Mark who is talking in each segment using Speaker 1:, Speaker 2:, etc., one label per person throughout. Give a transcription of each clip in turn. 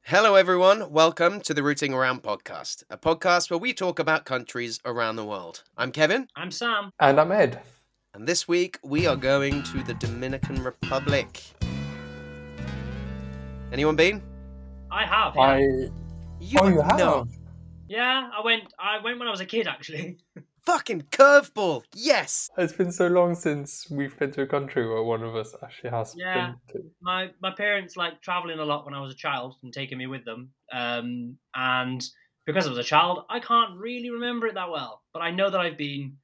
Speaker 1: Hello, everyone. Welcome to the Rooting Around podcast, a podcast where we talk about countries around the world. I'm Kevin,
Speaker 2: I'm Sam.
Speaker 3: And I'm Ed.
Speaker 1: and this week we are going to the Dominican Republic. Anyone been?
Speaker 2: I have. Yeah.
Speaker 3: I
Speaker 1: You
Speaker 3: oh, you
Speaker 1: would
Speaker 3: have.
Speaker 1: know.
Speaker 2: Yeah, I went. I went when I was a kid, actually.
Speaker 1: Fucking curveball. Yes.
Speaker 3: It's been so long since we've been to a country where one of us actually has
Speaker 2: Yeah.
Speaker 3: been to.
Speaker 2: My my parents like traveling a lot when I was a child and taking me with them. Um, and because I was a child, I can't really remember it that well, but I know that I've been.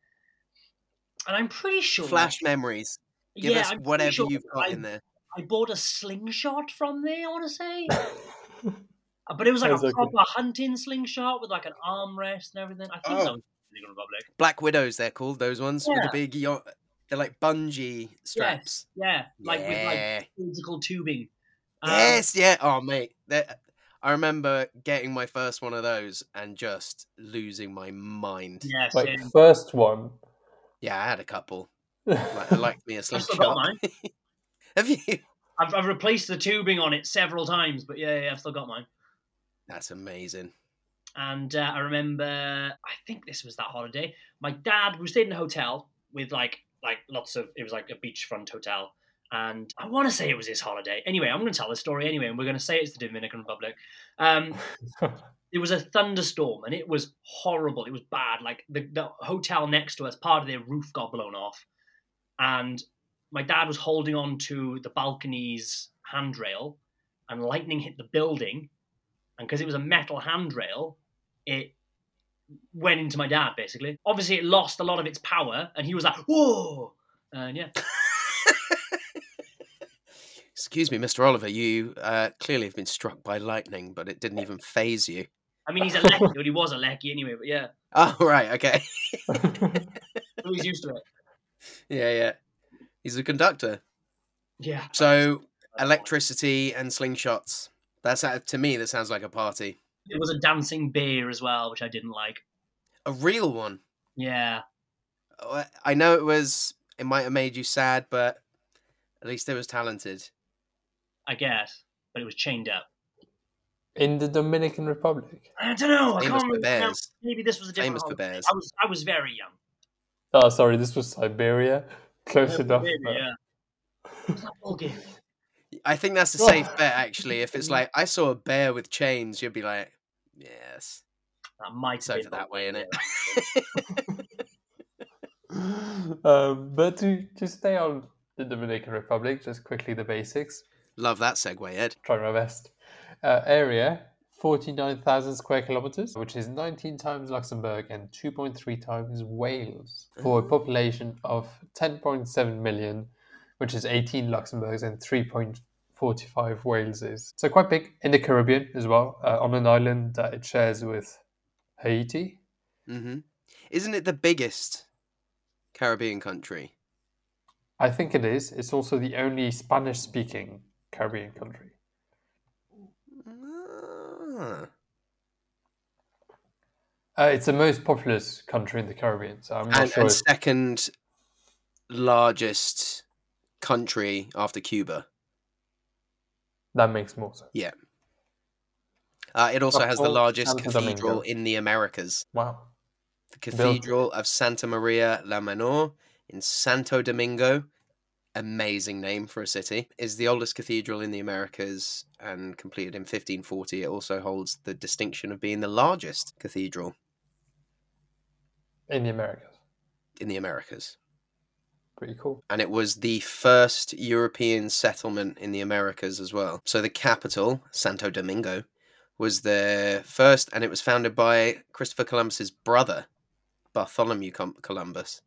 Speaker 2: And I'm pretty sure.
Speaker 1: Flash memories. Give
Speaker 2: yeah,
Speaker 1: us
Speaker 2: I'm pretty
Speaker 1: whatever
Speaker 2: sure
Speaker 1: you've got
Speaker 2: I,
Speaker 1: in there.
Speaker 2: I bought a slingshot from there. I want to say, Uh, but it was like
Speaker 3: Exactly.
Speaker 2: a proper hunting slingshot with like an armrest and everything. I think
Speaker 1: Oh.
Speaker 2: that was Dominican Republic.
Speaker 1: Black widows, they're called those ones with the
Speaker 2: Yeah.
Speaker 1: big. yo- They're like bungee straps.
Speaker 2: Yeah, like with like
Speaker 1: yeah.
Speaker 2: physical tubing. Um,
Speaker 1: Yes, yeah. Oh, mate. That, I remember getting my first one of those and just losing my mind. Yeah,
Speaker 2: Yes.
Speaker 3: Like
Speaker 2: yeah.
Speaker 3: first one.
Speaker 1: I had a couple. Like, I liked me a
Speaker 2: I've still got
Speaker 1: slingshot.
Speaker 2: mine.
Speaker 1: Have you?
Speaker 2: I've, I've replaced the tubing on it several times, but yeah, yeah I've still got mine.
Speaker 1: That's amazing.
Speaker 2: And uh, I remember, I think this was that holiday. My dad we stayed in a hotel with like like lots of it was like a beachfront hotel, and I want to say it was his holiday. Anyway, I'm going to tell the story anyway, and we're going to say it's the Dominican Republic. Um, it was a thunderstorm and it was horrible. It was bad. Like the, the hotel next to us, part of their roof got blown off. And my dad was holding on to the balcony's handrail and lightning hit the building. And because it was a metal handrail, it went into my dad basically. Obviously, it lost a lot of its power and he was like, whoa. And yeah,
Speaker 1: Excuse me, Mr. Oliver. You uh, clearly have been struck by lightning, but it didn't even phase you.
Speaker 2: I mean, he's a lecky, but he was a lecky anyway, but yeah,
Speaker 1: Oh, right. Okay.
Speaker 2: so he's used to it.
Speaker 1: Yeah, yeah. He's a conductor.
Speaker 2: Yeah.
Speaker 1: So, electricity and slingshots. That's uh, to me. That sounds like a party.
Speaker 2: It was a dancing bear as well, which I didn't like.
Speaker 1: A real one.
Speaker 2: Yeah.
Speaker 1: Uh, I know it was. It might have made you sad, but at least it was talented.
Speaker 2: I guess, but it was chained up.
Speaker 3: in the Dominican Republic.
Speaker 2: I don't know. I
Speaker 1: Famous
Speaker 2: can't
Speaker 1: for
Speaker 2: remember.
Speaker 1: bears.
Speaker 2: Maybe this was a different.
Speaker 1: Famous for
Speaker 2: holiday.
Speaker 1: bears.
Speaker 2: I was I was very young.
Speaker 3: Oh, sorry, this was Siberia. Close enough.
Speaker 2: Maybe,
Speaker 3: but-
Speaker 2: yeah. It was like Bulgaria.
Speaker 1: I think that's the
Speaker 3: Oh.
Speaker 1: safe bet, actually. If it's like I saw a bear with chains, you'd be like, "Yes,
Speaker 2: That might
Speaker 1: it's over
Speaker 2: have been
Speaker 1: that way, isn't it?"
Speaker 3: Um, but to, to stay on the Dominican Republic, just quickly the basics.
Speaker 1: Love that segue, Ed.
Speaker 3: Try my best. Uh, area 49,000 square kilometers, which is 19 times Luxembourg and 2.3 times Wales, for a population of 10.7 million, which is 18 Luxembourgs and 3.45 Waleses. So quite big in the Caribbean as well, uh, on an island that it shares with Haiti.
Speaker 1: hmm Isn't it the biggest Caribbean country?
Speaker 3: I think it is. It's also the only Spanish speaking Caribbean country.
Speaker 1: Ah.
Speaker 3: Uh, it's the most populous country in the Caribbean, so I'm not
Speaker 1: And,
Speaker 3: sure.
Speaker 1: and
Speaker 3: if-
Speaker 1: second largest country after Cuba.
Speaker 3: That makes more sense.
Speaker 1: Uh, it also has the
Speaker 3: Well,
Speaker 1: largest
Speaker 3: Santo Domingo.
Speaker 1: cathedral in the Americas.
Speaker 3: Wow.
Speaker 1: the
Speaker 3: Built-
Speaker 1: Cathedral of Santa Maria la Menor in Santo Domingo. Amazing name for a city. Is the oldest cathedral in the Americas and completed in 1540. It also holds the distinction of being the largest cathedral
Speaker 3: In the Americas.
Speaker 1: in the Americas.
Speaker 3: Pretty cool.
Speaker 1: And it was the first European settlement in the Americas as well. So the capital, Santo Domingo, was the first, and it was founded by Christopher Columbus's brother, Bartholomew Com- Columbus.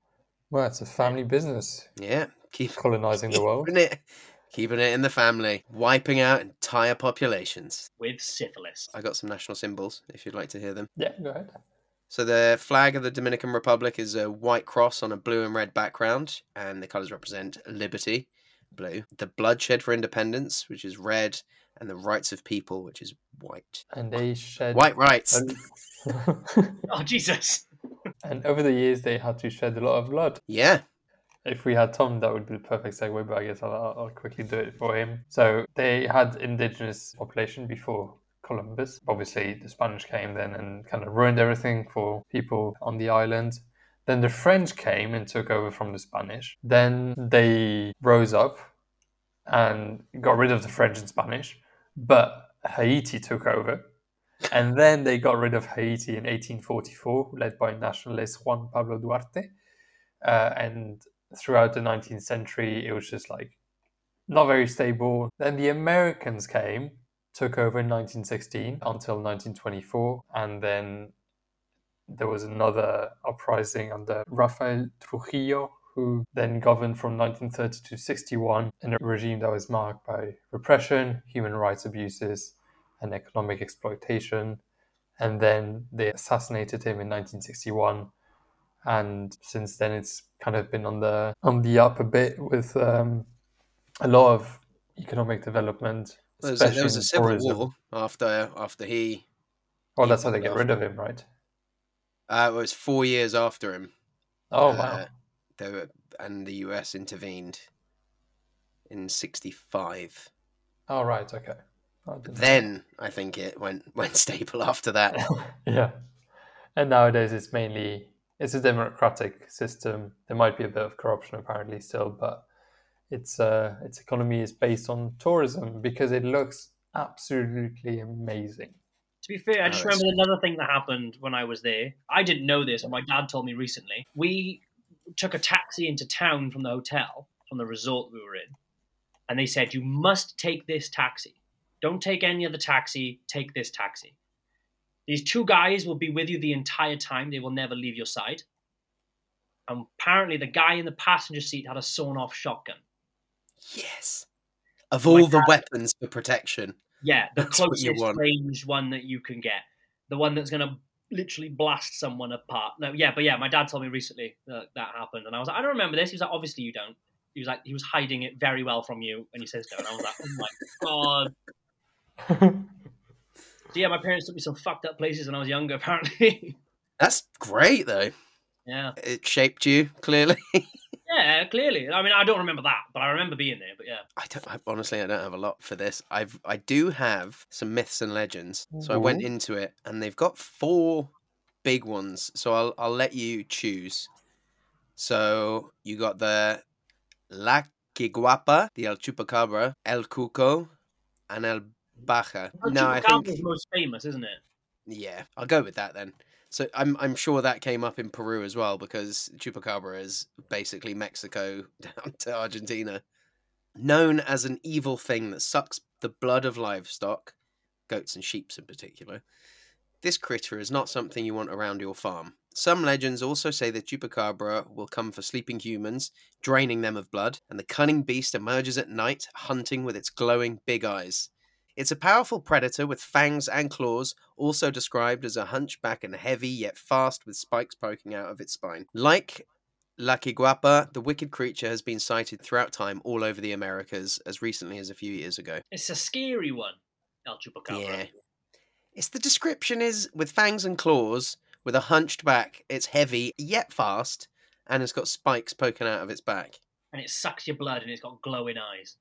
Speaker 3: Well, it's a family business
Speaker 1: Yeah, keep
Speaker 3: colonizing the world.
Speaker 1: Keeping it, keeping it in the family, wiping out entire populations.
Speaker 2: with syphilis.
Speaker 1: I got some national symbols if you'd like to hear them.
Speaker 3: Yeah, go ahead.
Speaker 1: So the flag of the Dominican Republic is a white cross on a blue and red background, and the colors represent liberty, blue, the bloodshed for independence, which is red, and the rights of people, which is white.
Speaker 3: And they shed.
Speaker 1: White rights.
Speaker 3: And,
Speaker 2: Oh Jesus!
Speaker 3: and over the years, they had to shed a lot of blood.
Speaker 1: Yeah.
Speaker 3: If we had Tom, that would be the perfect segue, but I guess I'll, I'll quickly do it for him. So they had indigenous population before Columbus. Obviously, the Spanish came then and kind of ruined everything for people on the island. Then the French came and took over from the Spanish. Then they rose up and got rid of the French and Spanish, but Haiti took over. And then they got rid of Haiti in 1844, led by nationalist Juan Pablo Duarte. Uh, and throughout the 19th century, it was just like not very stable. Then the Americans came, took over in 1916 until 1924, and then there was another uprising under Rafael Trujillo, who then governed from 1930 to 61 in a regime that was marked by repression, human rights abuses, and economic exploitation. And then they assassinated him in 1961. And since then, it's kind of been on the on the up a bit with um, a lot of economic development.
Speaker 1: There was a, there was a
Speaker 3: especially in
Speaker 1: civil
Speaker 3: tourism.
Speaker 1: war after after he.
Speaker 3: Well, that's how they get rid of him, right?
Speaker 1: Uh, it was four years after him.
Speaker 3: Oh
Speaker 1: uh,
Speaker 3: wow!
Speaker 1: They were, and the US intervened in '65.
Speaker 3: Oh right, okay. Oh, I didn't know.
Speaker 1: Then I think it went went stable after that.
Speaker 3: yeah, and nowadays it's mainly it's a democratic system. There might be a bit of corruption apparently still, but its uh, its economy is based on tourism because it looks absolutely amazing.
Speaker 2: To be fair, I just
Speaker 1: Oh, that's
Speaker 2: remembered another thing that happened when I was there. I didn't know this, but my dad told me recently. We took a taxi into town from the hotel, from the resort we were in, and they said, You must take this taxi. Don't take any other taxi, take this taxi. These two guys will be with you the entire time, they will never leave your side. And apparently, the guy in the passenger seat had a sawn off shotgun.
Speaker 1: Yes. Of
Speaker 2: Oh my
Speaker 1: all the weapons for protection,
Speaker 2: Yeah, the
Speaker 1: That's what
Speaker 2: closest
Speaker 1: you want.
Speaker 2: range one that you can get, the one that's going to literally blast someone apart. No, yeah, but yeah, my dad told me recently that that happened, and I was like, I don't remember this. He was like, obviously you don't. He was like, he was hiding it very well from you, and he says no, and I was like, oh my god. So yeah, my parents took me some fucked up places when I was younger, apparently.
Speaker 1: that's great though.
Speaker 2: yeah,
Speaker 1: It shaped you clearly.
Speaker 2: yeah, clearly. I mean, I don't remember that, but I remember being there. But yeah,
Speaker 1: I don't I, honestly. I don't have a lot for this. I've I do have some myths and legends. So I went
Speaker 3: Mhm.
Speaker 1: into it, and they've got four big ones. So I'll I'll let you choose. So you got the La Quiguapa, the El Chupacabra, El Cuco, and El Baja. No, I think
Speaker 2: Chupacabra is most famous, isn't it?
Speaker 1: yeah, I'll go with that then. So I'm I'm sure that came up in Peru as well because chupacabra is basically Mexico down to Argentina, known as an evil thing that sucks the blood of livestock, goats and sheep in particular. This critter is not something you want around your farm. Some legends also say that chupacabra will come for sleeping humans, draining them of blood, and the cunning beast emerges at night, hunting with its glowing big eyes. It's a powerful predator with fangs and claws, also described as a hunchback and heavy yet fast with spikes poking out of its spine. Like La Quiguapa, the wicked creature has been sighted throughout time all over the Americas as recently as a few years ago.
Speaker 2: It's a scary one. El Chupacabra.
Speaker 1: Yeah. It's the description is with fangs and claws, with a hunched back, it's heavy yet fast, and it's got spikes poking out of its back.
Speaker 2: And it sucks your blood, and it's got glowing eyes.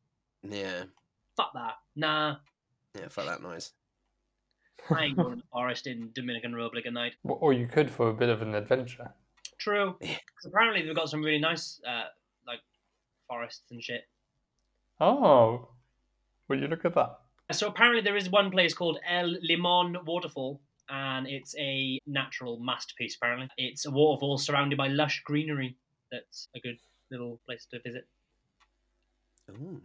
Speaker 1: Yeah.
Speaker 2: Fuck that. Nah.
Speaker 1: Yeah, fuck that noise.
Speaker 2: I ain't going to the forest in Dominican Republic at night.
Speaker 3: Or you could for a bit of an adventure.
Speaker 2: True.
Speaker 1: Yeah.
Speaker 2: 'Cause Apparently they've got some really nice uh, like forests and shit.
Speaker 3: Oh, will you look at that?
Speaker 2: So apparently there is one place called El Limon Waterfall, and it's a natural masterpiece. Apparently, it's a waterfall surrounded by lush greenery. That's a good little place to visit.
Speaker 1: Ooh.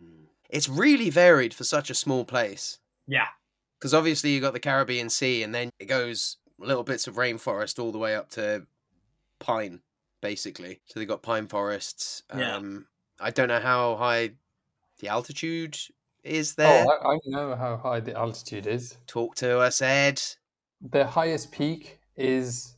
Speaker 1: It's really varied for such a small place.
Speaker 2: Yeah.
Speaker 1: because obviously you got the Caribbean Sea, and then it goes little bits of rainforest all the way up to pine, basically. So they got pine forests.
Speaker 2: Yeah.
Speaker 1: Um, I don't know how high the altitude is there.
Speaker 3: Oh, I, I know how high the altitude is.
Speaker 1: Talk to us, Ed.
Speaker 3: The highest peak is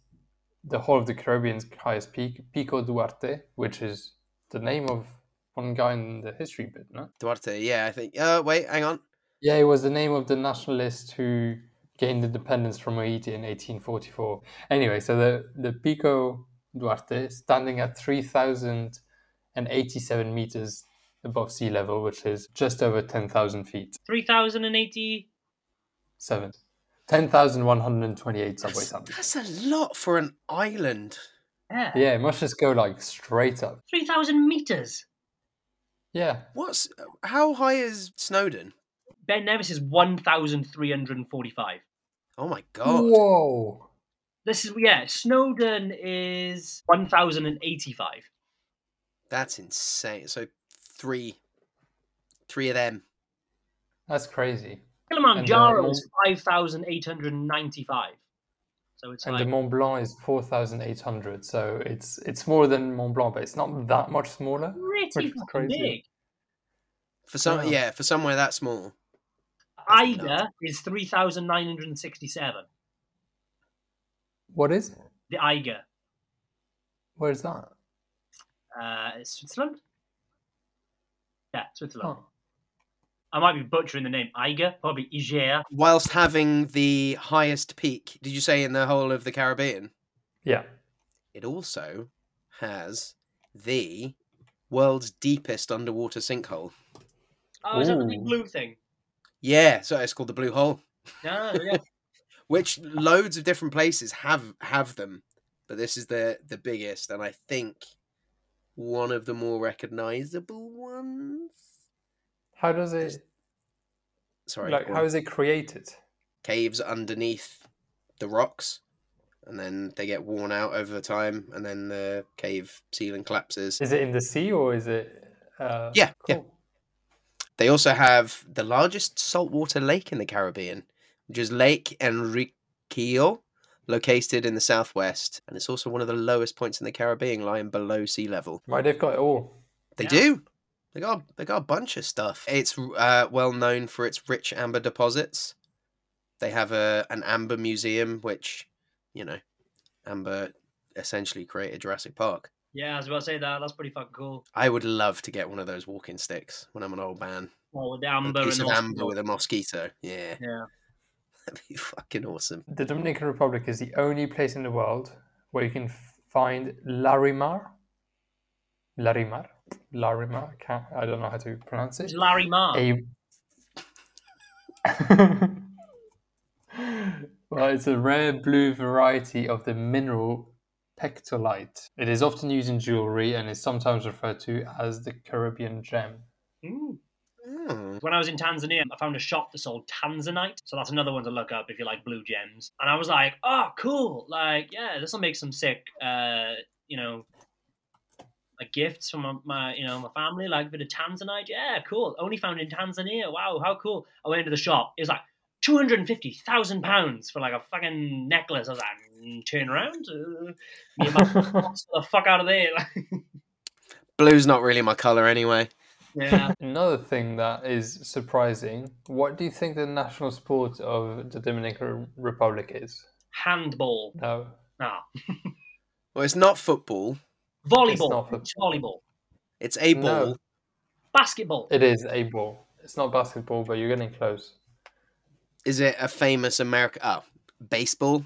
Speaker 3: the whole of the Caribbean's highest peak, Pico Duarte, which is the name of one guy in the history bit, no?
Speaker 1: Duarte. Yeah, I think. Oh, wait, hang on.
Speaker 3: Yeah, it was the name of the nationalist who gained independence from Haiti in 1844. Anyway, so the, the Pico Duarte, standing at 3,087 meters above sea level, which is just over 10,000 feet.
Speaker 2: Three thousand and eighty.
Speaker 3: Seven. 10,128 subway
Speaker 1: That's,
Speaker 3: sandwiches.
Speaker 1: that's a lot for an island.
Speaker 2: Yeah.
Speaker 3: Yeah, it must just go like straight up.
Speaker 2: 3,000 meters.
Speaker 3: Yeah.
Speaker 1: What's how high is Snowden?
Speaker 2: Ben Nevis is 1,345.
Speaker 1: Oh my god!
Speaker 3: Whoa.
Speaker 2: This is, yeah, Snowdon is 1,085.
Speaker 1: That's insane. So three, three of them.
Speaker 3: That's crazy.
Speaker 2: Kilimanjaro
Speaker 3: And, uh,
Speaker 2: is 5,895. So it's
Speaker 3: And
Speaker 2: like,
Speaker 3: the Mont Blanc is 4,800. So it's it's smaller than Mont Blanc, but it's not that much smaller.
Speaker 2: pretty
Speaker 3: which is
Speaker 2: fucking
Speaker 3: crazy.
Speaker 2: big.
Speaker 1: For some,
Speaker 3: Wow.
Speaker 1: yeah, for somewhere that small.
Speaker 2: Ida
Speaker 1: nuts.
Speaker 2: is 3,967.
Speaker 3: What is? it?
Speaker 2: The Eiger.
Speaker 3: Where is that?
Speaker 2: Uh, it's Switzerland? Yeah, Switzerland.
Speaker 3: Oh.
Speaker 2: I might be butchering the name. Eiger, probably Iger.
Speaker 1: Whilst having the highest peak, did you say in the whole of the Caribbean?
Speaker 3: Yeah.
Speaker 1: It also has the world's deepest underwater sinkhole.
Speaker 2: Oh, is that the
Speaker 3: Ooh.
Speaker 2: big blue thing?
Speaker 1: Yeah, so it's called the Blue Hole,
Speaker 2: No, yeah.
Speaker 1: which loads of different places have have them, but this is the the biggest, and I think one of the more recognizable ones.
Speaker 3: How does it
Speaker 1: Sorry,
Speaker 3: like
Speaker 1: go on.
Speaker 3: how is it created?
Speaker 1: caves underneath the rocks and then they get worn out over time and then the cave ceiling collapses
Speaker 3: Is it in the sea or is it uh
Speaker 1: Yeah, yeah.
Speaker 3: cool.
Speaker 1: they also have the largest saltwater lake in the caribbean which is lake enriquillo located in the southwest and it's also one of the lowest points in the caribbean lying below sea level
Speaker 3: Right, they've got it all.
Speaker 1: they
Speaker 2: Yeah.
Speaker 1: do they got they got a bunch of stuff it's uh, well known for its rich amber deposits they have a an amber museum which you know amber essentially created jurassic park
Speaker 2: yeah, I was about to say that. That's pretty fucking cool.
Speaker 1: I would love to get one of those walking sticks when I'm an old man.
Speaker 2: Oh, with the
Speaker 1: A
Speaker 2: amber
Speaker 1: piece of
Speaker 2: and the
Speaker 1: amber
Speaker 2: ostrich.
Speaker 1: with a mosquito. Yeah.
Speaker 2: Yeah.
Speaker 1: That'd be fucking awesome.
Speaker 3: The Dominican Republic is the only place in the world where you can f- find Larimar. Larimar. Larimar. Can't, I don't know how to pronounce it.
Speaker 2: It's Larry Marr.
Speaker 3: A... well, it's a rare blue variety of the mineral pectolite. It is often used in jewelry and is sometimes referred to as the Caribbean gem.
Speaker 2: Ooh.
Speaker 1: Mm.
Speaker 2: When I was in Tanzania, I found a shop that sold tanzanite. So that's another one to look up if you like blue gems. And I was like, oh, cool. Like, yeah, this will make some sick, uh, you know, like gifts from my, my, you know, my family, like a bit of tanzanite. Yeah, cool. Only found in Tanzania. Wow, how cool. I went into the shop. It was like £250,000 for like a fucking necklace. I was like, mm, turn around. Uh, me and my- the fuck out of there.
Speaker 1: Blue's not really my color anyway.
Speaker 2: yeah.
Speaker 3: Another thing that is surprising, what do you think the national sport of the Dominican Republic is?
Speaker 2: Handball.
Speaker 3: No.
Speaker 2: No.
Speaker 1: Well, it's not football.
Speaker 2: Volleyball.
Speaker 3: not for-
Speaker 2: It's volleyball.
Speaker 1: It's a
Speaker 3: No.
Speaker 1: ball.
Speaker 2: Basketball.
Speaker 3: It is a ball. It's not basketball, but you're getting close.
Speaker 1: Is it a famous American? Oh, baseball.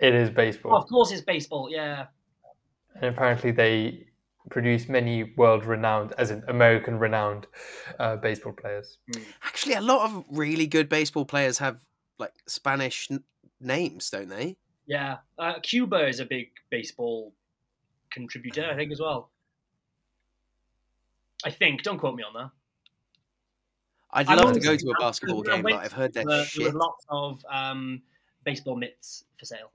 Speaker 3: It is
Speaker 2: Oh, of
Speaker 3: baseball.
Speaker 2: course, it's baseball. Yeah.
Speaker 3: And apparently they produce many world renowned, as in American renowned, uh, baseball players.
Speaker 1: Actually, a lot of really good baseball players have like Spanish n- names, don't they?
Speaker 2: Yeah. Uh, Cuba is a big baseball contributor, I think, as well. I think. Don't quote me on that.
Speaker 1: I'd
Speaker 2: I
Speaker 1: love to
Speaker 2: won't
Speaker 1: go
Speaker 2: say
Speaker 1: to a
Speaker 2: that,
Speaker 1: basketball
Speaker 2: because I
Speaker 1: game,
Speaker 2: went
Speaker 1: but I've heard
Speaker 2: There,
Speaker 1: that
Speaker 2: there
Speaker 1: shit
Speaker 2: were lots of um, baseball mitts for sale.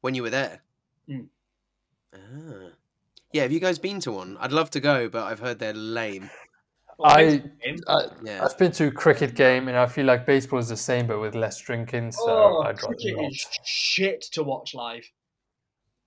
Speaker 1: when you were there.
Speaker 2: Mm.
Speaker 1: Ah. Yeah, have you guys been to one? I'd love to go, but I've heard they're lame.
Speaker 2: Well,
Speaker 3: I-
Speaker 2: baseball game.
Speaker 3: I,
Speaker 1: Yeah.
Speaker 3: I've been to a cricket game and I feel like baseball is the same but with less drinking, so
Speaker 2: oh,
Speaker 3: I'd rather
Speaker 2: cricket
Speaker 3: not.
Speaker 2: is shit to watch live.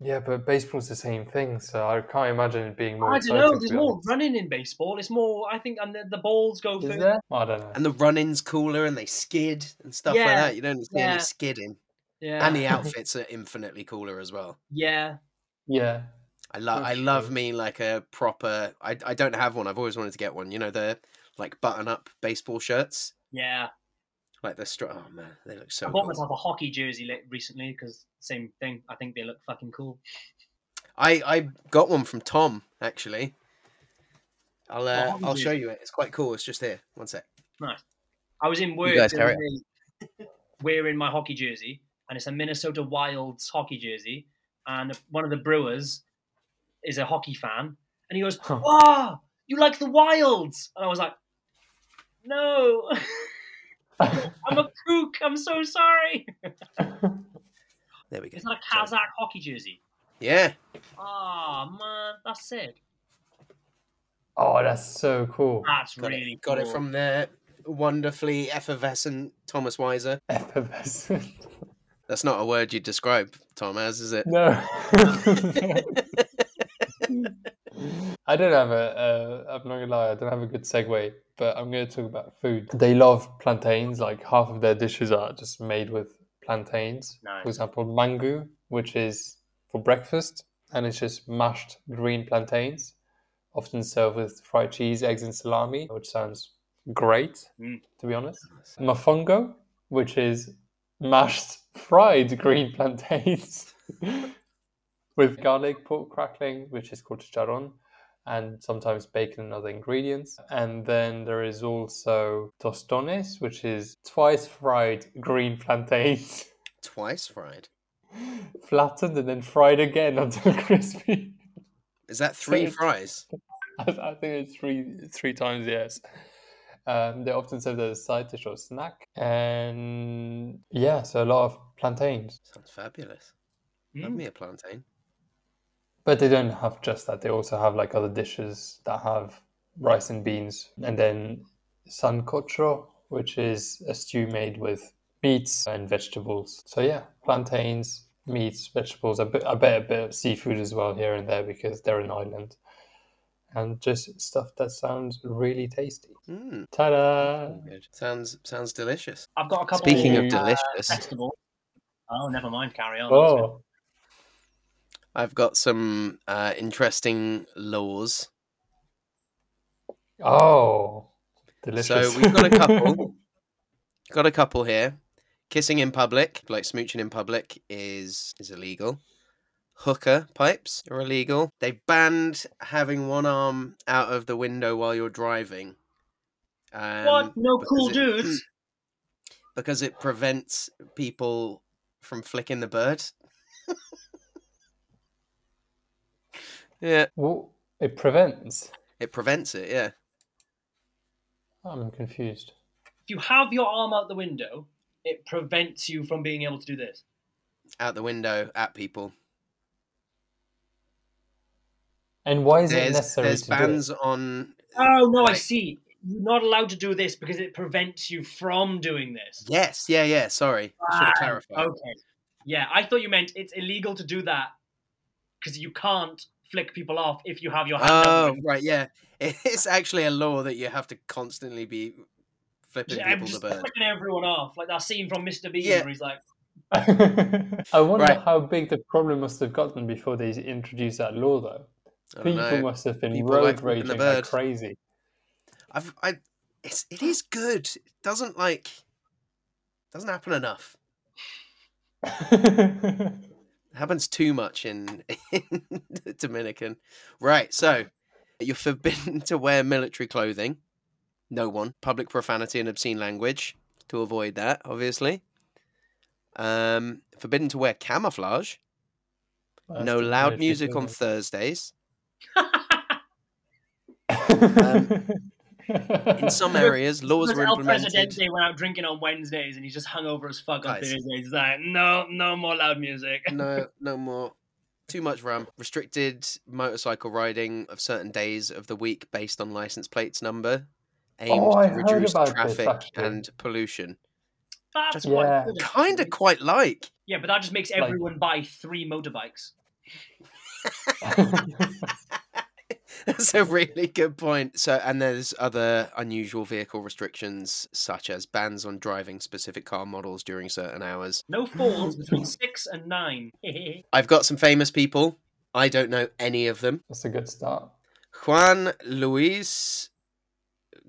Speaker 3: Yeah, but baseball's the same thing, so I can't imagine it being more
Speaker 2: I don't
Speaker 3: exciting.
Speaker 2: know.
Speaker 3: to
Speaker 2: There's
Speaker 3: be
Speaker 2: more
Speaker 3: honest.
Speaker 2: running in baseball. It's more, I think, and the, the balls go
Speaker 3: Is
Speaker 2: further.
Speaker 3: there? I don't know.
Speaker 1: and the run-ins cooler and they skid and stuff like
Speaker 2: Yeah,
Speaker 1: that. You don't see
Speaker 2: yeah.
Speaker 1: any skidding,
Speaker 2: Yeah.
Speaker 1: and the outfits are infinitely cooler as well.
Speaker 2: yeah.
Speaker 3: Yeah.
Speaker 1: I love, I
Speaker 3: That's
Speaker 1: love
Speaker 3: true.
Speaker 1: me like a proper. I I don't have one. I've always wanted to get one. You know the like button-up baseball shirts,
Speaker 2: Yeah.
Speaker 1: like the str Oh man, they look so.
Speaker 2: I bought
Speaker 1: cool.
Speaker 2: myself a hockey jersey li- recently because same thing. I think they look fucking cool.
Speaker 1: I I got one from Tom actually. I'll uh,
Speaker 2: haven't
Speaker 1: I'll
Speaker 2: you?
Speaker 1: show you it. It's quite cool. It's just here. One sec.
Speaker 2: I was in work.
Speaker 1: guys
Speaker 2: the other
Speaker 1: carry
Speaker 2: day. wearing my hockey jersey, and it's a Minnesota Wilds hockey jersey, and one of the brewers is a hockey fan, and he goes,
Speaker 3: Huh.
Speaker 2: "Oh, you like the Wilds?" And I was like, "No, I'm a kook. I'm so sorry."
Speaker 1: There we go.
Speaker 2: It's not a Kazakh hockey jersey.
Speaker 1: Yeah.
Speaker 2: Ah man, that's sick.
Speaker 3: oh, that's so cool.
Speaker 2: That's
Speaker 1: Got,
Speaker 2: really
Speaker 1: it. got it
Speaker 2: cool.
Speaker 1: from there. Wonderfully effervescent Thomas Weiser.
Speaker 3: Effervescent.
Speaker 1: That's not a word you'd describe Tom as, is it?
Speaker 3: No. I don't have a, a. I'm not gonna lie. I don't have a good segue, but I'm gonna talk about food. They love plantains. Like half of their dishes are just made with plantains.
Speaker 2: Nice.
Speaker 3: For example, mango, which is for breakfast, and it's just mashed green plantains, often served with fried cheese, eggs, and salami, which sounds great
Speaker 2: Mm.
Speaker 3: to be honest. Mafungo, which is mashed fried green plantains with garlic, pork crackling, which is called chicharron, and sometimes bacon and other ingredients. And then there is also tostones, which is twice fried green plantains,
Speaker 1: Twice fried.
Speaker 3: flattened and then fried again until crispy.
Speaker 1: Is that three
Speaker 3: Same.
Speaker 1: fries?
Speaker 3: I I think it's three three times yes. Um, they often serve as a side dish or snack, and yeah, so a lot of plantains.
Speaker 1: Sounds fabulous. Love
Speaker 2: Mm.
Speaker 1: me a plantain.
Speaker 3: But they don't have just that; they also have like other dishes that have rice and beans, and then sancocho, which is a stew made with meats and vegetables. So yeah, plantains, meats, vegetables. A bit, I bet a bit of seafood as well here and there because they're an island, and just stuff that sounds really tasty.
Speaker 1: Mm,
Speaker 3: Ta-da!
Speaker 1: good. Sounds sounds delicious.
Speaker 2: I've got a couple.
Speaker 1: Speaking
Speaker 3: uh,
Speaker 1: of delicious,
Speaker 2: vegetables. Oh, never mind. Carry on.
Speaker 3: Oh,
Speaker 1: I've got some uh, interesting laws.
Speaker 3: oh, delicious.
Speaker 1: So we've got a couple. Got a couple here. Kissing in public, like smooching in public, is is illegal. Hooker pipes are illegal. They banned having one arm out of the window while you're driving. Um,
Speaker 2: what? No
Speaker 1: because
Speaker 2: cool
Speaker 1: it-
Speaker 2: dudes.
Speaker 1: because it prevents people from flicking the bird. yeah,
Speaker 3: Well, it prevents.
Speaker 1: it prevents it. Yeah,
Speaker 3: I'm confused.
Speaker 2: if you have your arm out the window, it prevents you from being able to do this.
Speaker 1: out the window at people.
Speaker 3: And why is it
Speaker 1: There's
Speaker 3: necessary
Speaker 1: there's
Speaker 3: to do it?
Speaker 1: bans on.
Speaker 2: Oh no, I
Speaker 1: Right.
Speaker 2: see. You're not allowed to do this because it prevents you from doing this.
Speaker 1: Yes, yeah, yeah. Sorry, I should have
Speaker 2: Ah,
Speaker 1: clarified.
Speaker 2: Okay. Yeah, I thought you meant it's illegal to do that because you can't flick people off if you have your hand out. the
Speaker 1: Oh,
Speaker 2: window.
Speaker 1: right, yeah. It's actually a law that you have to constantly be flipping
Speaker 2: Yeah, I'm
Speaker 1: people the
Speaker 2: just
Speaker 1: bird.
Speaker 2: flicking everyone off, like that scene from Mr. Bean
Speaker 1: Yeah.
Speaker 2: where he's like,
Speaker 3: I wonder
Speaker 1: Right.
Speaker 3: how big the problem must have gotten before they introduced that law, though.
Speaker 1: I don't
Speaker 3: People
Speaker 1: know.
Speaker 3: must have been
Speaker 1: People like
Speaker 3: road
Speaker 1: flipping the
Speaker 3: raging
Speaker 1: bird.
Speaker 3: like crazy.
Speaker 1: I've, I, it's, it is good. It doesn't like, doesn't happen enough. happens too much in, in the Dominican. Right, so you're forbidden to wear military clothing. No one. Public profanity and obscene language to avoid that, obviously. Um, forbidden to wear camouflage. no loud music on Thursdays. In some areas, laws
Speaker 2: "Because
Speaker 1: were
Speaker 2: El
Speaker 1: implemented.
Speaker 2: Presidente went out drinking on Wednesdays and he's just hungover as fuck on
Speaker 1: Guys.
Speaker 2: Thursdays. He's like, no, no more loud music.
Speaker 1: No, no more. Too much rum. Restricted motorcycle riding of certain days of the week based on license plates number. Aimed
Speaker 3: Oh, I
Speaker 1: to
Speaker 3: heard
Speaker 1: reduce
Speaker 3: about this,
Speaker 1: traffic
Speaker 3: actually.
Speaker 1: and pollution.
Speaker 2: That's
Speaker 3: Yeah.
Speaker 2: quite good,
Speaker 1: Kind
Speaker 2: actually.
Speaker 1: of quite like.
Speaker 2: Yeah, but that just makes
Speaker 3: Like-
Speaker 2: everyone buy three motorbikes.
Speaker 1: That's a really good point. So, and there's other unusual vehicle restrictions, such as bans on driving specific car models during certain hours.
Speaker 2: No falls between six and nine.
Speaker 1: I've got some famous people. I don't know any of them.
Speaker 3: That's a good start.
Speaker 1: Juan Luis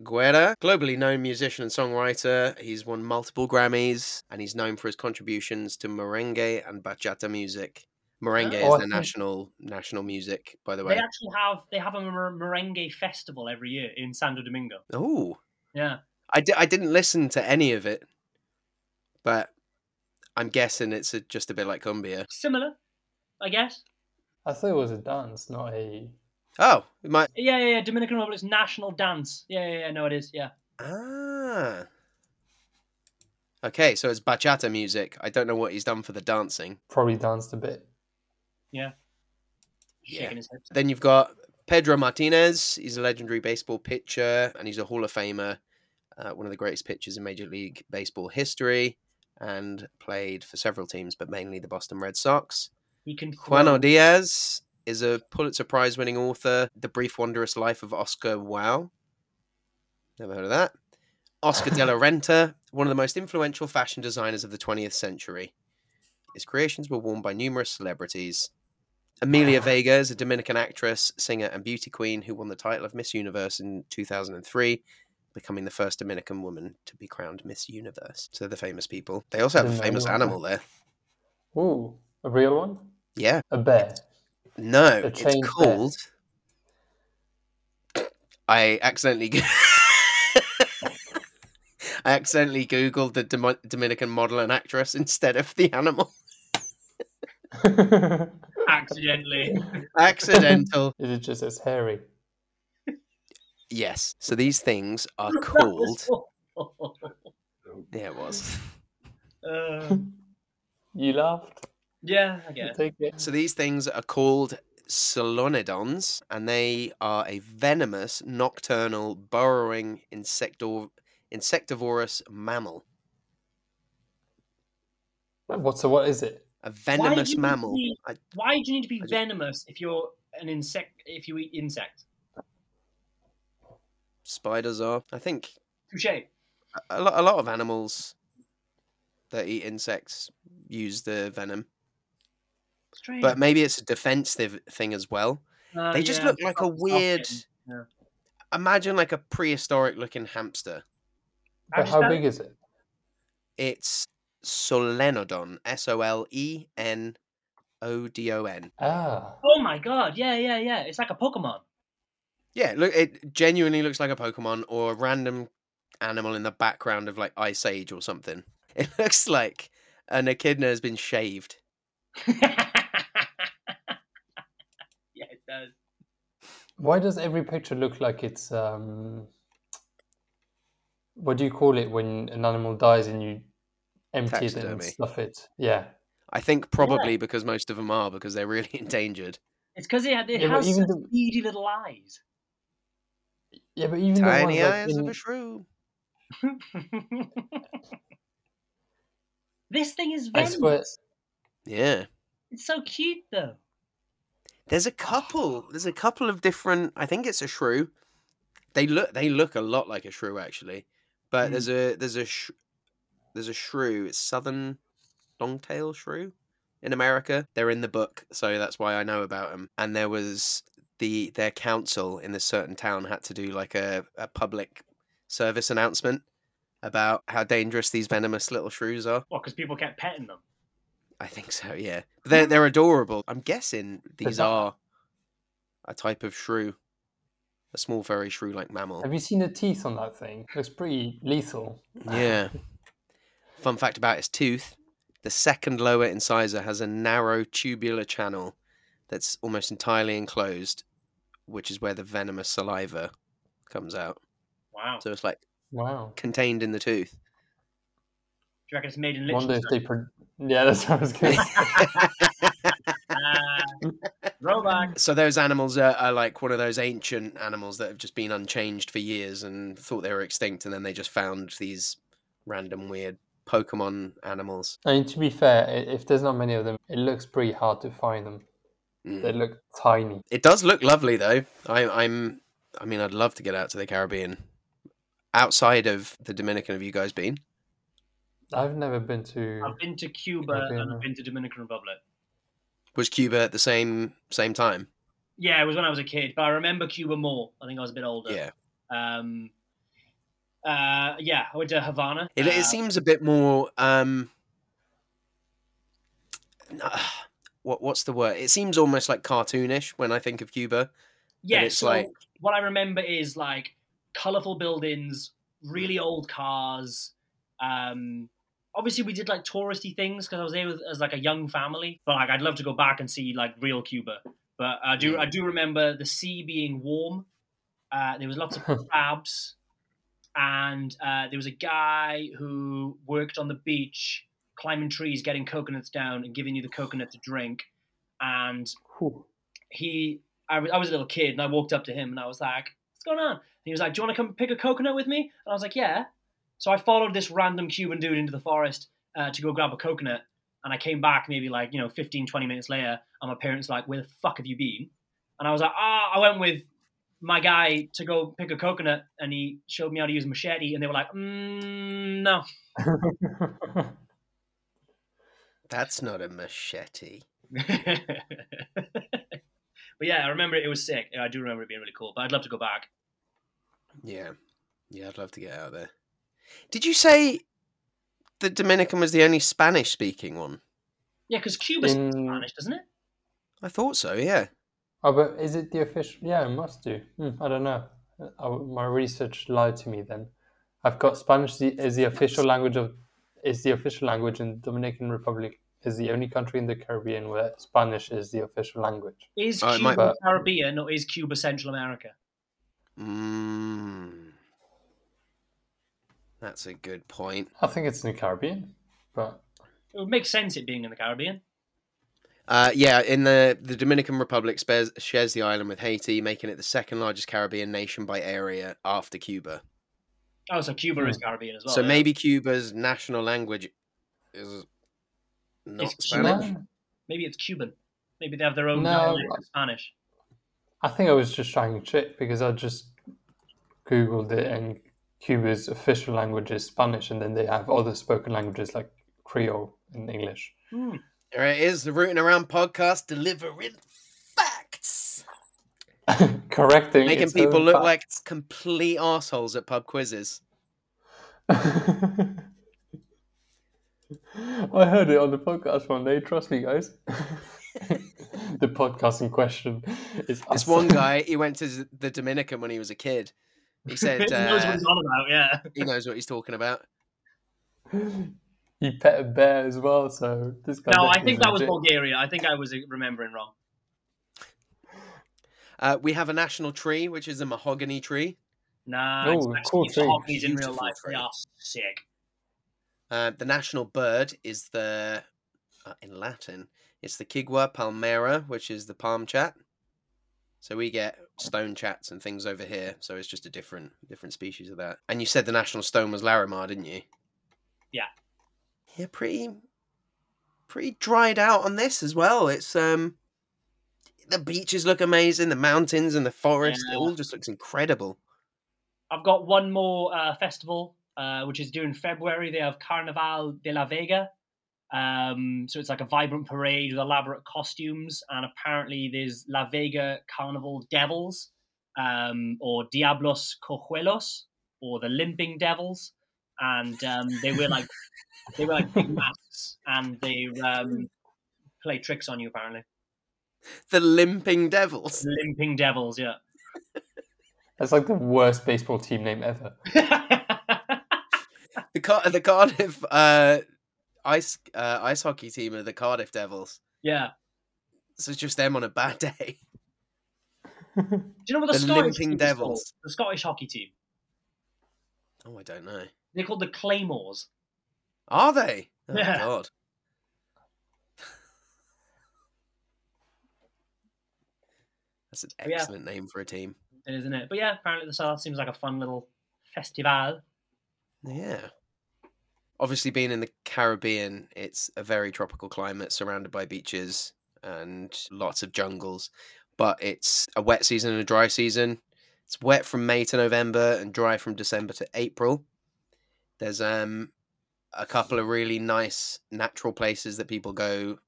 Speaker 1: Guerra, globally known musician and songwriter. He's won multiple Grammys and he's known for his contributions to merengue and bachata music. Merengue
Speaker 3: Oh, I
Speaker 1: is the
Speaker 3: think-
Speaker 1: national national music, by the
Speaker 2: they
Speaker 1: way.
Speaker 2: actually have they have a mer- merengue festival every year in Santo Domingo.
Speaker 1: Oh,
Speaker 2: Yeah,
Speaker 1: I, di- I didn't listen to any of it, but I'm guessing it's a, just a bit like Cumbia.
Speaker 2: Similar, I guess.
Speaker 3: I thought it was a dance, not a.
Speaker 1: Oh, it might.
Speaker 2: Yeah, yeah, yeah. Dominican Republic's national dance. Yeah, yeah, yeah. No, it is. Yeah.
Speaker 1: Ah. Okay, so it's bachata music. I don't know what he's done for the dancing.
Speaker 3: Probably danced a bit.
Speaker 2: Shaking
Speaker 1: Yeah.
Speaker 2: his hips.
Speaker 1: Then you've got Pedro Martinez. He's a legendary baseball pitcher and he's a Hall of Famer, uh, one of the greatest pitchers in Major League Baseball history, and played for several teams, but mainly the Boston Red Sox.
Speaker 2: He can
Speaker 1: Juan
Speaker 2: throw.
Speaker 1: Diaz is a Pulitzer Prize winning author, The Brief Wondrous Life of Oscar Wilde. Never heard of that. Oscar de la Renta, one of the most influential fashion designers of the 20th century. His creations were worn by numerous celebrities. Amelia Vega is a Dominican actress, singer, and beauty queen who won the title of Miss Universe in 2003, becoming the first Dominican woman to be crowned Miss Universe. So the famous people. They also have a
Speaker 3: Didn't know
Speaker 1: famous
Speaker 3: anyone.
Speaker 1: animal there.
Speaker 3: Ooh, a real one?
Speaker 1: Yeah.
Speaker 3: A bear.
Speaker 1: No,
Speaker 3: The
Speaker 1: it's
Speaker 3: chain bear.
Speaker 1: called. I accidentally. g- I accidentally googled the Domi- Dominican model and actress instead of the animal.
Speaker 2: accidentally.
Speaker 1: Accidental.
Speaker 3: Is it just as hairy?
Speaker 1: yes. So these things are
Speaker 2: That
Speaker 1: called.
Speaker 2: was awful.
Speaker 1: Yeah, it was.
Speaker 2: Uh,
Speaker 3: You laughed.
Speaker 2: yeah, I get it.
Speaker 3: Take it.
Speaker 1: So these things are called Solonidons, and they are a venomous, nocturnal, burrowing insector- insectivorous mammal.
Speaker 3: What? So what is it?
Speaker 1: A venomous
Speaker 2: you
Speaker 1: mammal.
Speaker 2: need-
Speaker 1: I,
Speaker 2: Why do you need to be
Speaker 1: I ju-
Speaker 2: venomous if you're an insect? If you eat insects,
Speaker 1: spiders are. I think
Speaker 2: touche.
Speaker 1: a lot, a lot of animals that eat insects use the venom,
Speaker 2: Strange.
Speaker 1: but maybe it's a defensive thing as well.
Speaker 2: Uh,
Speaker 1: They just
Speaker 2: yeah,
Speaker 1: look like a
Speaker 2: something.
Speaker 1: weird.
Speaker 2: yeah.
Speaker 1: Imagine like a prehistoric looking hamster.
Speaker 2: I
Speaker 3: But
Speaker 2: just
Speaker 3: how
Speaker 2: don't-
Speaker 3: big is it?
Speaker 1: It's Solenodon. S O L E N O D O N.
Speaker 3: Ah,
Speaker 2: Oh my god! Yeah, yeah, yeah. It's like a Pokemon.
Speaker 1: Yeah, look, it genuinely looks like a Pokemon or a random animal in the background of like Ice Age or something. It looks like an echidna has been shaved.
Speaker 2: yeah, it does.
Speaker 3: why does every picture look like it's um? What do you call it when an animal dies and you empty it and
Speaker 1: Taxidermy.
Speaker 3: stuff it? Yeah,
Speaker 1: I think probably because most of them are because they're really endangered.
Speaker 2: It's because it, it
Speaker 3: Yeah, but
Speaker 2: has
Speaker 3: even
Speaker 2: even
Speaker 3: the-
Speaker 2: beady little eyes.
Speaker 3: yeah, but even
Speaker 1: Tiny
Speaker 3: the ones
Speaker 1: eyes
Speaker 3: like
Speaker 1: of
Speaker 3: in-
Speaker 1: a shrew.
Speaker 2: this thing is
Speaker 3: I
Speaker 2: venomous.
Speaker 3: swear,
Speaker 1: Yeah.
Speaker 2: It's so cute though.
Speaker 1: There's a couple. There's a couple of different. I think it's a shrew. They look. They look a lot like a shrew actually. But there's a there's a sh- there's a shrew. It's southern longtail shrew in America. They're in the book, so that's why I know about them. And there was the their council in this certain town had to do like a, a public service announcement about how dangerous these venomous little shrews are.
Speaker 2: Well, because people kept petting them.
Speaker 1: I think so. Yeah, But they're they're adorable. I'm guessing these
Speaker 3: not-
Speaker 1: are a type of shrew, a small, very shrew-like mammal.
Speaker 3: have you seen the teeth on that thing? Looks pretty lethal.
Speaker 1: Yeah. Fun fact about its tooth: the second lower incisor has a narrow tubular channel that's almost entirely enclosed, which is where the venomous saliva comes out.
Speaker 2: Wow.
Speaker 1: So it's like
Speaker 3: Wow.
Speaker 1: contained in the tooth.
Speaker 2: Do you reckon it's made in
Speaker 3: Wonder
Speaker 2: Liechtenstein?
Speaker 3: if they. Pro- yeah, that's what I was going.
Speaker 2: Ah, throwback.
Speaker 1: So those animals are, are like one of those ancient animals that have just been unchanged for years and thought they were extinct, and then they just found these random weird Pokemon animals.
Speaker 3: I mean, to be fair, i- if there's not many of them, it looks pretty hard to find them.
Speaker 1: Mm.
Speaker 3: They look tiny.
Speaker 1: It does look lovely though. I, I'm, I mean, I'd love to get out to the Caribbean. Outside of the Dominican, have you guys been?
Speaker 3: I've never been to.
Speaker 2: I've been to Cuba
Speaker 3: Okay,
Speaker 2: and
Speaker 3: no.
Speaker 2: I've been to Dominican Republic.
Speaker 1: Was Cuba at the same same time?
Speaker 2: Yeah, it was when I was a kid, but I remember Cuba more. I think I was a bit older.
Speaker 1: Yeah.
Speaker 2: Um. Uh. Yeah, I went to Havana.
Speaker 1: It,
Speaker 2: Uh,
Speaker 1: it seems a bit more. Um, what what's the word? It seems almost like cartoonish when I think of Cuba.
Speaker 2: yeah,
Speaker 1: it's
Speaker 2: so
Speaker 1: like-
Speaker 2: what I remember is like colorful buildings, really old cars, um, obviously we did like touristy things because I was there with, as like a young family. But like I'd love to go back and see like real Cuba. But I do I do remember the sea being warm. Uh, there was lots of crabs, and uh, there was a guy who worked on the beach climbing trees, getting coconuts down, and giving you the coconut to drink. And
Speaker 3: Whew.
Speaker 2: he I, wa- I was a little kid and I walked up to him and I was like, "What's going on?" And he was like, "Do you want to come pick a coconut with me?" And I was like, "Yeah." So I followed this random Cuban dude into the forest uh, to go grab a coconut, and I came back maybe like you know 15, 20 minutes later, and my parents were like, "Where the fuck have you been?" And I was like, "Ah, I went with." My guy to go pick a coconut, and he showed me how to use a machete, and they were like, mm, "No,
Speaker 1: That's not a machete.
Speaker 2: but yeah, I remember it, it was sick. I do remember it being really cool. But I'd love to go back.
Speaker 1: Yeah. Yeah, I'd love to get out there. Did you say the Dominican was the only Spanish speaking one?
Speaker 2: Yeah, because Cuba's
Speaker 3: In-
Speaker 2: Spanish, doesn't it?
Speaker 1: I thought so, yeah.
Speaker 3: oh, but is it the official? Yeah, it must do. Hmm, I don't know. I, my research lied to me then. I've got Spanish the- is the official language of is the official language in Dominican Republic is the only country in the Caribbean where Spanish is the official language.
Speaker 2: Is
Speaker 1: Oh, it might
Speaker 2: Cuba
Speaker 3: be.
Speaker 2: Caribbean or is Cuba Central America?
Speaker 1: Mm. That's a good point.
Speaker 3: I think it's in the Caribbean, but
Speaker 2: It would make sense it being in the Caribbean.
Speaker 1: Uh, yeah, in the, the Dominican Republic spares, shares the island with Haiti, making it the second largest Caribbean nation by area after Cuba.
Speaker 2: Oh, so Cuba
Speaker 3: Hmm.
Speaker 2: is Caribbean as well.
Speaker 1: so
Speaker 2: yeah.
Speaker 1: maybe Cuba's national language is not
Speaker 2: It's
Speaker 1: Spanish.
Speaker 2: Cuban. maybe it's Cuban. Maybe they have their own
Speaker 3: No.
Speaker 2: dialect of Spanish.
Speaker 3: I think I was just trying to check because I just googled it and Cuba's official language is Spanish, and then they have other spoken languages like Creole and English.
Speaker 2: Hmm.
Speaker 1: There it is, the Rooting Around podcast delivering facts.
Speaker 3: Correcting
Speaker 1: Making
Speaker 3: its own
Speaker 1: people look
Speaker 3: fact.
Speaker 1: like complete assholes at pub quizzes.
Speaker 3: I heard it on the podcast one day. Trust me, guys. the podcast in question is
Speaker 1: This
Speaker 3: us.
Speaker 1: one guy, he went to z- the Dominican when he was a kid. He said
Speaker 2: Who knows what
Speaker 1: uh,
Speaker 2: it's all about, yeah.
Speaker 1: he knows what he's talking about.
Speaker 3: he pet a bear as well. So this guy.
Speaker 2: No, I
Speaker 3: definitely
Speaker 2: think
Speaker 3: is
Speaker 2: that was
Speaker 3: legit.
Speaker 2: Bulgaria. I think I was uh, remembering wrong.
Speaker 1: Uh, we have a national tree, which is a mahogany tree.
Speaker 2: Nah,
Speaker 3: Oh,
Speaker 2: I've
Speaker 3: cool
Speaker 2: seen
Speaker 3: tree.
Speaker 2: Hockneys in real
Speaker 1: Beautiful
Speaker 2: life. They
Speaker 1: tree.
Speaker 2: are sick.
Speaker 1: Uh, the national bird is the, uh, in Latin, it's the Kigwa palmera, which is the palm chat. So we get stone chats and things over here. So it's just a different different species of that. And you said the national stone was Larimar, didn't you?
Speaker 2: Yeah.
Speaker 1: Yeah, pretty, pretty dried out on this as well. It's um, the beaches look amazing, the mountains and the forest. It all just looks incredible.
Speaker 2: I've got one more uh, festival, uh, which is due in February. They have Carnaval de la Vega. Um, so it's like a vibrant parade with elaborate costumes. And apparently there's La Vega Carnival Devils um, or Diablos Cojuelos or the Limping Devils. And um, they wear like they wear like big masks and they um, play tricks on you apparently.
Speaker 1: The limping devils.
Speaker 2: Limping Devils, yeah.
Speaker 3: That's like the worst baseball team name ever.
Speaker 1: The Car- the Cardiff uh, ice uh, ice hockey team are the Cardiff Devils.
Speaker 2: yeah.
Speaker 1: So it's just them on a bad day.
Speaker 2: Do you know what the,
Speaker 1: The
Speaker 2: Scottish
Speaker 1: Limping
Speaker 2: team is called?
Speaker 1: Devils.
Speaker 2: The Scottish hockey team.
Speaker 1: Oh, I don't know.
Speaker 2: They're called the Claymores.
Speaker 1: Are they? Oh,
Speaker 2: Yeah.
Speaker 1: God. That's an
Speaker 2: yeah.
Speaker 1: excellent name for a team.
Speaker 2: isn't it? But yeah, apparently the South seems like a fun little festival.
Speaker 1: Yeah. Obviously, being in the Caribbean, it's a very tropical climate surrounded by beaches and lots of jungles. But it's a wet season and a dry season. It's wet from May to November and dry from December to April. There's um, a couple of really nice natural places that people go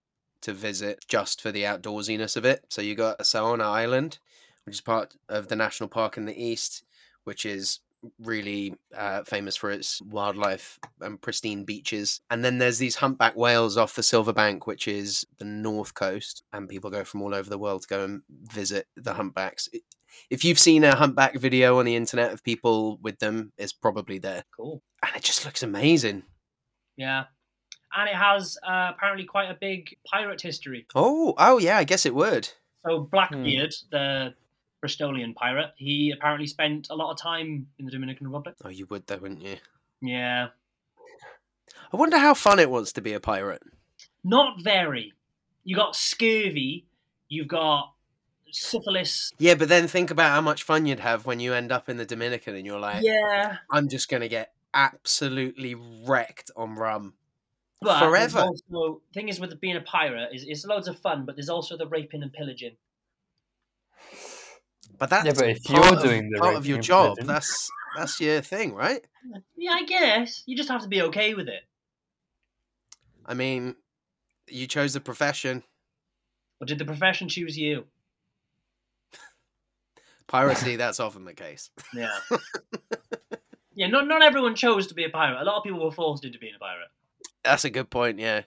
Speaker 1: to visit just for the outdoorsiness of it. So you got Saona Island, which is part of the national park in the east, which is really uh, famous for its wildlife and pristine beaches. And then there's these humpback whales off the Silver Bank, which is the north coast, and people go from all over the world to go and visit the humpbacks. I- If you've seen a humpback video on the internet of people with them, it's probably there,
Speaker 2: Cool.
Speaker 1: and it just looks amazing.
Speaker 2: Yeah, and it has uh, apparently quite a big pirate history.
Speaker 1: Oh, oh yeah, I guess it would.
Speaker 2: So Blackbeard, the Bristolian pirate, he apparently spent a lot of time in the Dominican Republic.
Speaker 1: Oh, you would though, wouldn't you?
Speaker 2: Yeah,
Speaker 1: I wonder how fun it was to be a pirate.
Speaker 2: not very. You got scurvy. You've got syphilis.
Speaker 1: Yeah, but then think about how much fun you'd have when you end up in the Dominican and you're like,
Speaker 2: Yeah,
Speaker 1: I'm just gonna get absolutely wrecked on rum.
Speaker 2: but there's
Speaker 1: Forever.
Speaker 2: Also, thing is with being a pirate is it's loads of fun, but there's also the raping and pillaging.
Speaker 1: But that's
Speaker 3: Yeah, but if
Speaker 1: part
Speaker 3: you're
Speaker 1: of-
Speaker 3: doing the
Speaker 1: part
Speaker 3: raping
Speaker 1: of your
Speaker 3: and
Speaker 1: job,
Speaker 3: pillaging-
Speaker 1: that's that's your thing, right?
Speaker 2: Yeah, I guess you just have to be okay with it.
Speaker 1: I mean, you chose the profession.
Speaker 2: Or did the profession choose you?
Speaker 1: Piracy, that's often the case.
Speaker 2: Yeah. yeah, not not everyone chose to be a pirate. A lot of people were forced into being a pirate.
Speaker 1: That's a good point, yeah.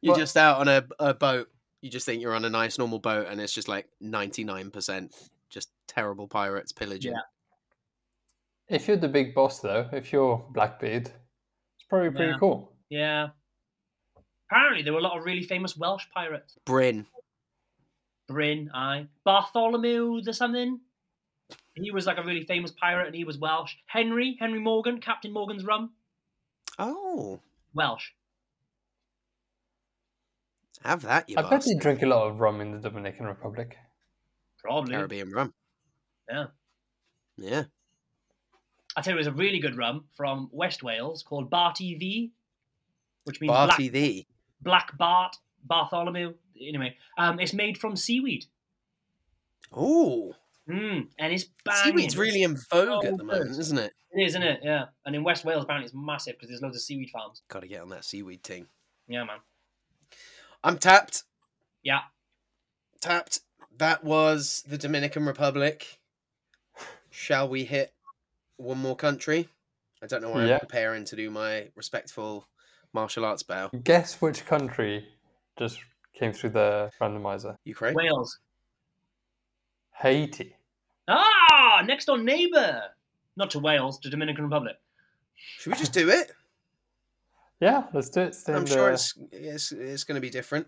Speaker 1: you're
Speaker 3: Well-
Speaker 1: just out on a, a boat. You just think you're on a nice normal boat, and it's just like 99% just terrible pirates pillaging.
Speaker 2: Yeah.
Speaker 3: If you're the big boss, though, if you're Blackbeard, it's probably pretty
Speaker 2: Yeah.
Speaker 3: cool.
Speaker 2: Yeah. Apparently, there were a lot of really famous Welsh pirates.
Speaker 1: Bryn.
Speaker 2: Bryn, I. Bartholomew, the something. He was like a really famous pirate and he was Welsh. Henry, Henry Morgan, Captain Morgan's rum.
Speaker 1: Oh,
Speaker 2: Welsh.
Speaker 1: have that, you
Speaker 3: I bet they
Speaker 1: bastard.
Speaker 3: drink a lot of rum in the Dominican Republic.
Speaker 2: Probably.
Speaker 1: Caribbean rum.
Speaker 2: Yeah.
Speaker 1: Yeah.
Speaker 2: I tell you, there's a really good rum from West Wales called Barty V, which means
Speaker 1: Bar
Speaker 2: black,
Speaker 1: TV.
Speaker 2: black Bart, Bartholomew. Anyway, um, it's made from seaweed.
Speaker 1: Oh,
Speaker 2: Mm, and it's banging.
Speaker 1: seaweed's really in vogue
Speaker 2: so
Speaker 1: at the moment,
Speaker 2: good.
Speaker 1: isn't it?
Speaker 2: It is, isn't it? Yeah. And in West Wales, apparently, it's massive because there's loads of seaweed farms.
Speaker 1: Got to get on that seaweed thing.
Speaker 2: Yeah, man.
Speaker 1: I'm tapped.
Speaker 2: Yeah.
Speaker 1: Tapped. That was the Dominican Republic. Shall we hit one more country? I don't know why
Speaker 3: Yeah.
Speaker 1: I'm preparing to do my respectful martial arts bow.
Speaker 3: Guess which country just came through the randomizer?
Speaker 1: Ukraine?
Speaker 2: Wales.
Speaker 3: Haiti.
Speaker 2: Ah, next door neighbour. Not to Wales, to Dominican Republic.
Speaker 1: Should we just do it?
Speaker 3: Yeah, let's do it. uh, Stay in
Speaker 1: I'm
Speaker 3: the-
Speaker 1: sure it's it's, it's going to be different.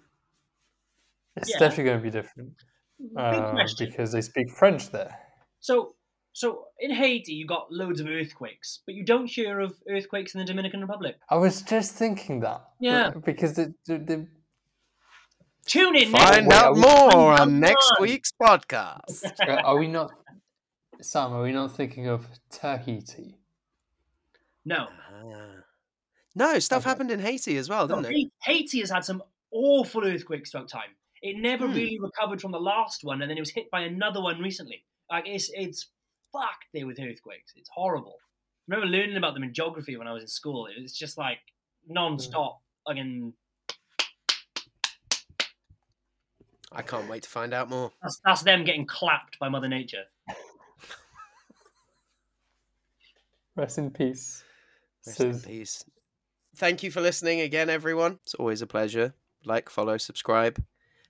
Speaker 3: it's
Speaker 2: yeah.
Speaker 3: definitely going to be different
Speaker 2: Big
Speaker 3: uh,
Speaker 2: question.
Speaker 3: because they speak French there.
Speaker 2: So, so in Haiti, you got loads of earthquakes, but you don't hear of earthquakes in the Dominican Republic.
Speaker 3: I was just thinking that.
Speaker 2: Yeah.
Speaker 3: Because the, the, the
Speaker 2: Tune in. next
Speaker 1: Find
Speaker 3: Wait,
Speaker 1: out
Speaker 3: are we-
Speaker 1: more
Speaker 2: Find out
Speaker 1: on next
Speaker 2: more.
Speaker 1: week's podcast.
Speaker 3: Uh, are we not Sam, are we not thinking of Tahiti?
Speaker 2: No.
Speaker 1: Ah. No, stuff
Speaker 3: Okay.
Speaker 1: happened in Haiti as well, didn't it?
Speaker 2: Haiti- Haiti has had some awful earthquakes throughout time. It never
Speaker 1: Hmm.
Speaker 2: really recovered from the last one, and then it was hit by another one recently. Like it's it's fucked there with earthquakes. It's horrible. I remember learning about them in geography when I was in school. It was just like
Speaker 1: Hmm.
Speaker 2: non-stop. Again,
Speaker 1: I can't wait to find out more.
Speaker 2: that's, that's them getting clapped by Mother Nature.
Speaker 3: Rest in peace.
Speaker 1: Rest in
Speaker 3: Says-
Speaker 1: peace. Thank you for listening again, everyone. It's always a pleasure. Like, follow, subscribe.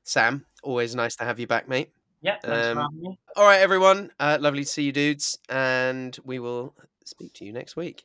Speaker 1: Sam, always nice to have you back, mate.
Speaker 2: Yep. thanks for
Speaker 1: Um,
Speaker 2: having me.
Speaker 1: All right, everyone. Uh, lovely to see you, dudes. And we will speak to you next week.